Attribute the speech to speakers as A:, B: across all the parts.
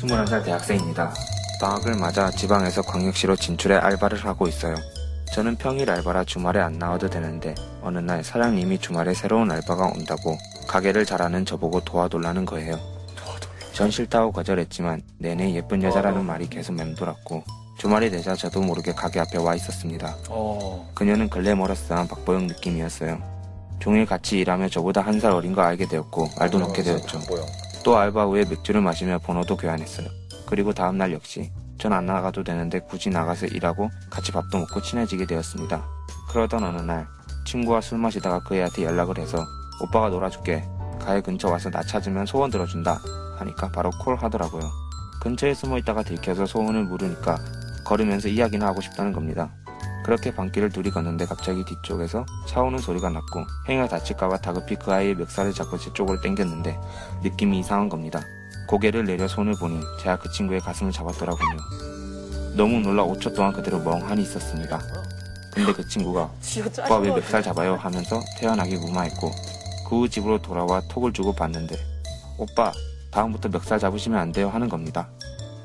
A: 21살 대학생입니다. 방학을 맞아 지방에서 광역시로 진출해 알바를 하고 있어요. 저는 평일 알바라 주말에 안 나와도 되는데 어느 날 사장님이 주말에 새로운 알바가 온다고 가게를 잘하는 저보고 도와달라는 거예요. 전 싫다고 거절했지만 내내 예쁜 여자라는 말이 계속 맴돌았고 주말이 되자 저도 모르게 가게 앞에 와 있었습니다.
B: 어.
A: 그녀는 근래 멀었어한 박보영 느낌이었어요. 종일 같이 일하며 저보다 한 살 어린 걸 알게 되었고 말도 놓게 되었죠.
B: 뭐야?
A: 또 알바 후에 맥주를 마시며 번호도 교환했어요. 그리고 다음날 역시 전 안 나가도 되는데 굳이 나가서 일하고 같이 밥도 먹고 친해지게 되었습니다. 그러던 어느 날 친구와 술 마시다가 그 애한테 연락을 해서 오빠가 놀아줄게. 가해 근처 와서 나 찾으면 소원 들어준다 하니까 바로 콜 하더라고요. 근처에 숨어 있다가 들켜서 소원을 물으니까 걸으면서 이야기나 하고 싶다는 겁니다. 그렇게 밤길을 둘이 걷는데 갑자기 뒤쪽에서 차 오는 소리가 났고 행여 다칠까봐 다급히 그 아이의 멱살을 잡고 제 쪽으로 당겼는데 느낌이 이상한 겁니다. 고개를 내려 손을 보니 제가 그 친구의 가슴을 잡았더라군요. 너무 놀라 5초 동안 그대로 멍하니 있었습니다. 근데 그 친구가 오빠 왜 몇 살 잡아요 하면서 태연하게 무마했고 그 후 집으로 돌아와 톡을 주고 봤는데 오빠 다음부터 몇 살 잡으시면 안 돼요 하는 겁니다.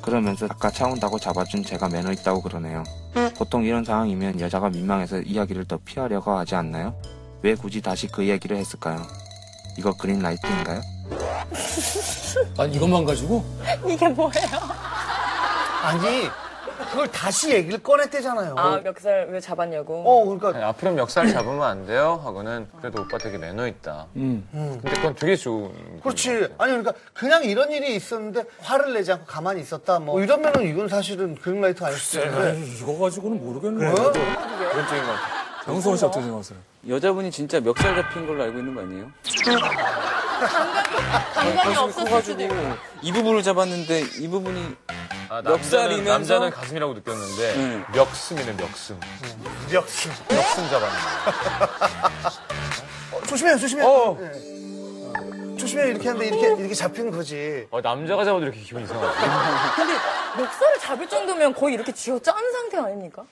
A: 그러면서 아까 차 온다고 잡아준 제가 매너 있다고 그러네요. 보통 이런 상황이면 여자가 민망해서 이야기를 더 피하려고 하지 않나요? 왜 굳이 다시 그 이야기를 했을까요? 이거 그린라이트인가요?
B: 아니 이것만 가지고?
C: 이게 뭐예요?
D: 아니 그걸 다시 얘기를 꺼냈대잖아요.
E: 어.
C: 아, 멱살 왜 잡았냐고.
D: 어 그러니까
F: 아니, 네, 앞으로 멱살 잡으면 안 돼요? 하고는 그래도 오빠 되게 매너 있다.
B: 음.
F: 근데 그건 되게 좋은.
D: 그렇지. 아니 그러니까 그냥 이런 일이 있었는데 화를 내지 않고 가만히 있었다. 뭐 이러면은 이건 사실은 그린라이트 아닐 수도
G: 네.
D: 있는데.
B: 아니, 이거 가지고는 모르겠네. 그래?
F: 그런 쪽인 것 같아.
B: 장성호 씨 어떻게 생각하세요?
E: 여자분이 진짜 멱살 잡힌 걸로 알고 있는 거 아니에요?
C: 감각이 없었을 수도
E: 커가지고
C: 있고.
E: 이 부분을 잡았는데 이 부분이
F: 아,
E: 멱살이면서-
F: 남자는, 남자는 가슴이라고 느꼈는데,
E: 응.
F: 멱슴이네, 멱슴.
D: 역시.
F: 멱슴 잡았네.
D: 어, 조심해요, 조심해요.
F: 어.
D: 네. 조심해요 이렇게 하는데 이렇게
G: 어.
D: 이렇게 잡히는 거지.
F: 어, 남자가 잡아도 이렇게 기분이 이상하지.
C: 근데 멱살을 잡을 정도면 거의 이렇게 쥐어 짠 상태 아닙니까?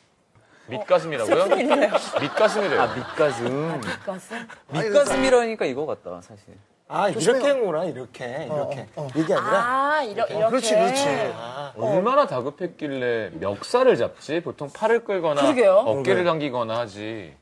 F: 밑가슴이라고요?
C: 이래요.
F: 밑가슴이래요. 아,
E: 밑가슴
C: 가슴?
E: 밑가슴이라니까 이거 같다 사실
G: 아 이렇게 한구나 이렇게 이렇게 아. 이게 아니라
C: 아, 이러, 이렇게.
D: 어, 그렇지, 그렇지.
F: 어. 얼마나 다급했길래 멱살을 잡지? 보통 팔을 끌거나
C: 그러게요.
F: 어깨를 당기거나 하지.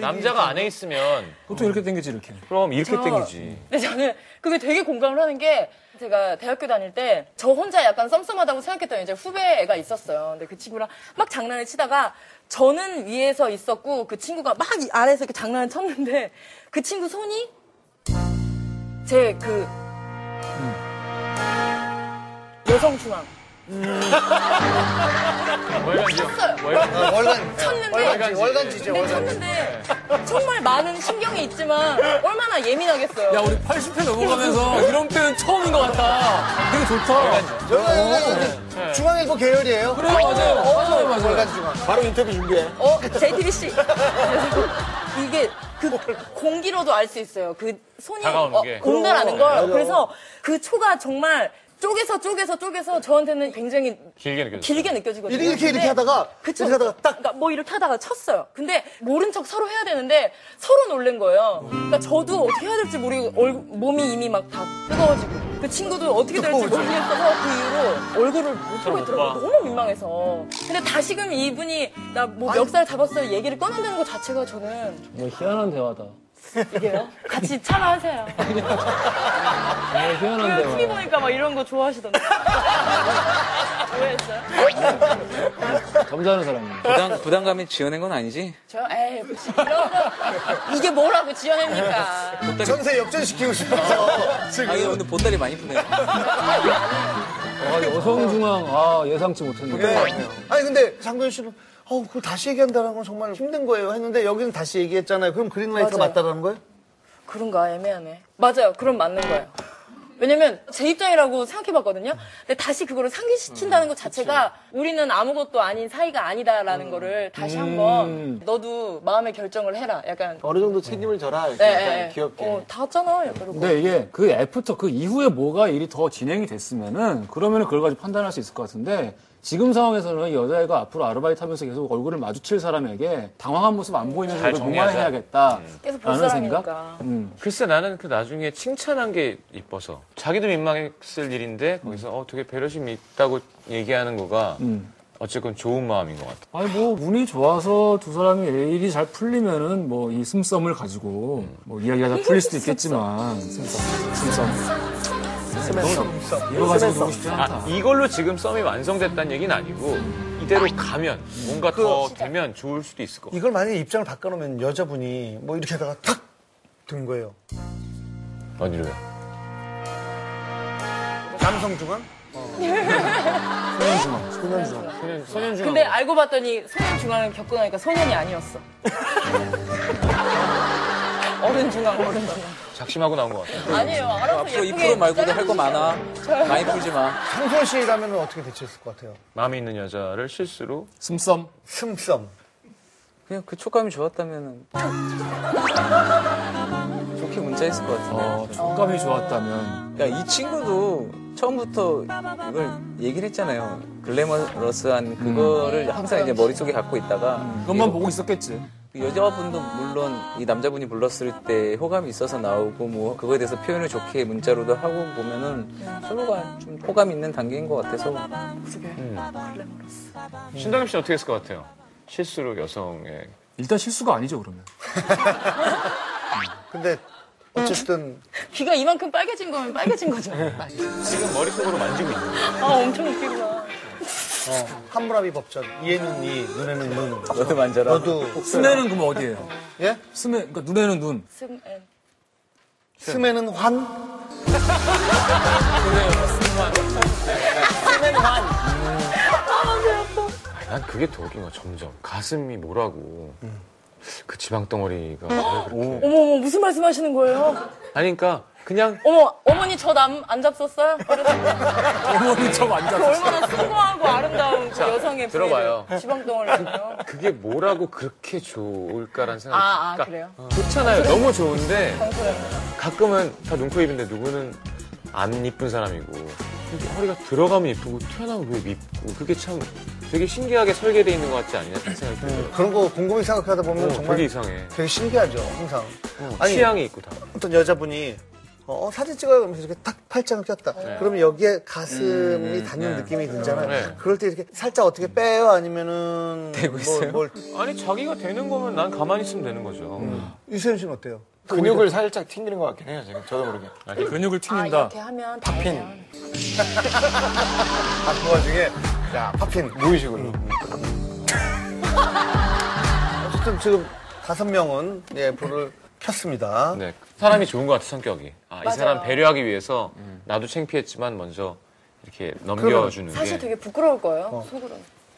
F: 남자가 안에 있으면
B: 보통 이렇게 당기지 이렇게.
F: 그럼 이렇게
C: 저-
F: 땡기지.
C: 어. 근데 저는 그게 되게 공감을 하는 게 제가 대학교 다닐 때 저 혼자 약간 썸썸하다고 생각했던 이제 후배가 있었어요. 근데 그 친구랑 막 장난을 치다가 저는 위에서 있었고 그 친구가 막 이- 아래에서 이렇게 장난을 쳤는데 그 친구 손이 제 그 여성 중앙
F: 월간지.
C: 쳤어요.
F: 월간지.
D: 월간
C: 쳤는데
D: 월간지 월간지죠
C: 근데
D: 월간.
C: 쳤는데 정말 많은 신경이 있지만 얼마나 예민하겠어요.
B: 야, 우리 80회 넘어가면서 이런 표현 처음인 것 같다. 되게 좋다.
G: 네.
D: 월간 어, 중앙일보 계열이에요.
B: 그래, 맞아요. 맞아요, 맞아요.
D: 월간 중앙.
G: 바로 인터뷰 준비해.
C: 어, JTBC. 이게 그 공기로도 알 수 있어요. 그 손이
F: 다가오는
C: 어,
F: 게.
C: 온다라는 걸. 그래서 그 초가 정말 쪼개서 쪼개서 쪼개서 저한테는 굉장히
F: 길게 느껴졌어요.
C: 길게 느껴지거든요.
D: 이렇게 이렇게
C: 근데
D: 이렇게 하다가
C: 그쵸.
D: 이렇게 하다가 딱
C: 그러니까 뭐 이렇게 하다가 쳤어요. 근데 모른 척 서로 해야 되는데 서로 놀란 거예요. 그러니까 저도 어떻게 해야 될지 모르고 얼- 몸이 이미 막 다 뜨거워지고 그 친구도 어떻게 될지 모르겠어서 그 이후로 얼굴을 못
H: 그러니까.
C: 보고 있더라고요. 너무 민망해서. 근데 다시금 이분이 나 뭐 멱살 잡았어요 얘기를 꺼낸다는 것 자체가 저는
H: 뭐 희한한 대화다.
C: 이게요. 같이 차라 하세요.
H: 뭐 희한한
C: 그 TV
H: 대화.
C: 보니까 막 이런 거 좋아하시던데. 오해했어요?
H: 점잖은 사람이에요.
E: 부담, 부담감이 지어낸 건 아니지?
C: 저요? 에이, 무슨 이런 거. 이게 뭐라고 지어냅니까.
D: 전세 역전시키고 싶어서
E: 아
D: 지금.
E: 이거 오늘 보따리 많이 푸네
H: 아, 여성중앙, 아, 예상치 못했는데.
D: 네. 아니 근데 장도연 씨는 어 그걸 다시 얘기한다는 건 정말 힘든 거예요 했는데 여기는 다시 얘기했잖아요. 그럼 그린라이트가
C: 맞아요.
D: 맞다라는 거예요?
C: 그런가 애매하네. 맞아요. 그럼 맞는 거예요. 왜냐면 제 입장이라고 생각해봤거든요. 근데 다시 그거를 상기시킨다는 것
E: 음,
C: 자체가 우리는 아무것도 아닌 사이가 아니다라는 거를 다시
E: 음.
C: 한번 너도 마음의 결정을 해라. 약간
G: 어느 정도 책임을 져라 이렇게
C: 네,
G: 약간
C: 네.
G: 귀엽게.
C: 어, 다 왔잖아. 약간 이러고.
E: 네.
H: 근데 이게 그 애프터 그 이후에 뭐가 일이 더 진행이 됐으면은 그러면은 그걸 가지고 판단할 수 있을 것 같은데 지금 상황에서는 여자애가 앞으로 아르바이트 하면서 계속 얼굴을 마주칠 사람에게 당황한 모습 안 보이면서
F: 잘
H: 이걸 정말
F: 정리하자. 음.
H: 해야겠다.
C: 계속 볼
H: 라는 생각?
C: 사람이니까.
H: 음.
F: 글쎄 나는 그 나중에 칭찬한 게 이뻐서 자기도 민망했을 일인데 거기서 어 되게 배려심이 있다고 얘기하는 거가
H: 음.
F: 어쨌건 좋은 마음인 것 같아.
H: 아니 뭐 운이 좋아서 두 사람이 일이 잘 풀리면은 뭐 이 씀썸을 가지고 뭐 이야기하다 풀릴 수도 있겠지만 씀썸 씀썸 네, 이거 가지고 너무 쉽지 않다.
F: 아 이걸로 지금 썸이 완성됐다는 얘기는 아니고 이대로 가면 뭔가 더 되면 좋을 수도 있을 것 같아.
D: 이걸 만약에 입장을 바꿔놓으면 여자분이 뭐 이렇게다가 탁 든 거예요.
F: 어디로요?
D: 남성 중앙?
C: 근데 알고 봤더니 소년 중앙을 겪고 나니까 소년이 아니었어. 어른 중앙, 어른 중앙.
F: 작심하고 나온 것 같아.
C: 아니에요. 알아서
E: 앞으로 이
C: 예쁘게
E: 프로 말고도 할 거
C: 잘라주시죠.
E: 많아. 많이 풀지 마.
D: 상선 씨라면 어떻게 대처했을 것 같아요?
F: 마음에 있는 여자를 실수로
H: 씀썸
D: 슴썸.
E: 그냥 그 촉감이 좋았다면 좋게 문자했을 것 같은데.
H: 어, 촉감이 좋았다면
E: 야, 이 친구도 처음부터 이걸 얘기를 했잖아요. 글래머러스한 그거를 항상 이제 머릿속에 갖고 있다가
H: 음. 그것만 보고 있었겠지.
E: 그 여자분도 물론 이 남자분이 불렀을 때 호감이 있어서 나오고 뭐 그거에 대해서 표현을 좋게 문자로도 하고 보면은 서로가 좀 호감 있는 단계인 것 같아서
F: 신동엽 씨는 어떻게 했을 것 같아요? 실수로 여성의
H: 일단 실수가 아니죠 그러면.
D: 근데 어쨌든
C: 귀가 이만큼 빨개진 거면 빨개진 거죠.
E: 네.
F: 지금 머릿속으로 만지고 있는 거예요.
C: 아, 엄청 웃기구나.
D: 어, 함무라비 법전 이에는 이, 눈에는 눈.
E: 너도 만져라.
D: 너도
H: 스매는 그럼 어디예요?
D: 예?
H: 스매 그러니까 눈에는 눈.
C: 승, 엔.
D: 스매는 환?
F: 난 그게 더 웃긴 거야 점점 가슴이 뭐라고 그 지방 덩어리가 왜 그렇게
C: 어머, 어머, 무슨 말씀 하시는 거예요?
F: 아니 그러니까 그냥
C: 어머, 어머니 저 남 안 잡섰어요? 그래서
H: 어머니 저만
C: 그
H: 아
C: 얼마나 수고하고 아름다운 그 여성의
F: 들어봐요.
C: 부위를 지방덩어리예요.
F: 그게 뭐라고 그렇게 좋을까라는 생각이
C: 아, 아,
F: 그러니까
C: 그래요?
F: 좋잖아요 너무 좋은데 가끔은 다 눈코 입인데 누구는 안 이쁜 사람이고 근데 허리가 들어가면 이쁘고 튀어나오면 왜 밉고 그게 참 되게 신기하게 설계돼 있는 것 같지 않냐 그런 생각이 들어요
D: 그런 거 곰곰이 생각하다 보면
F: 어,
D: 정말
F: 되게
D: 되게,
F: 이상해
D: 신기하죠, 항상.
F: 어,
D: 아니,
F: 취향이 있고 다
D: 어떤 여자분이 어, 어, 사진 찍어요 그러면서 이렇게 탁 팔짱을 꼈다. 그러면 여기에 가슴이 닿는 느낌이 들잖아요.
F: 네.
D: 그럴 때 이렇게 살짝 어떻게 빼요? 아니면은 대고
E: 있어요?
D: 뭘,
F: 아니 자기가 되는 거면 난 가만히 있으면 되는 거죠
D: 유세윤 씨는 어때요?
G: 근육을 살짝 튕기는 것 같긴 해요, 지금. 저도 모르게.
H: 근육을
C: 아,
H: 튕긴다.
C: 이렇게 하면 다 핀.
D: 아, 그 와중에 야, 파핀
G: 무의식으로.
D: 어쨌든 지금 다섯 명은 예, 불을 켰습니다.
F: 네. 사람이 좋은 것 같아, 성격이. 아, 이 사람 배려하기 위해서 나도 창피했지만 먼저 이렇게 넘겨주는 게.
C: 사실 되게 부끄러울 거예요, 속으로.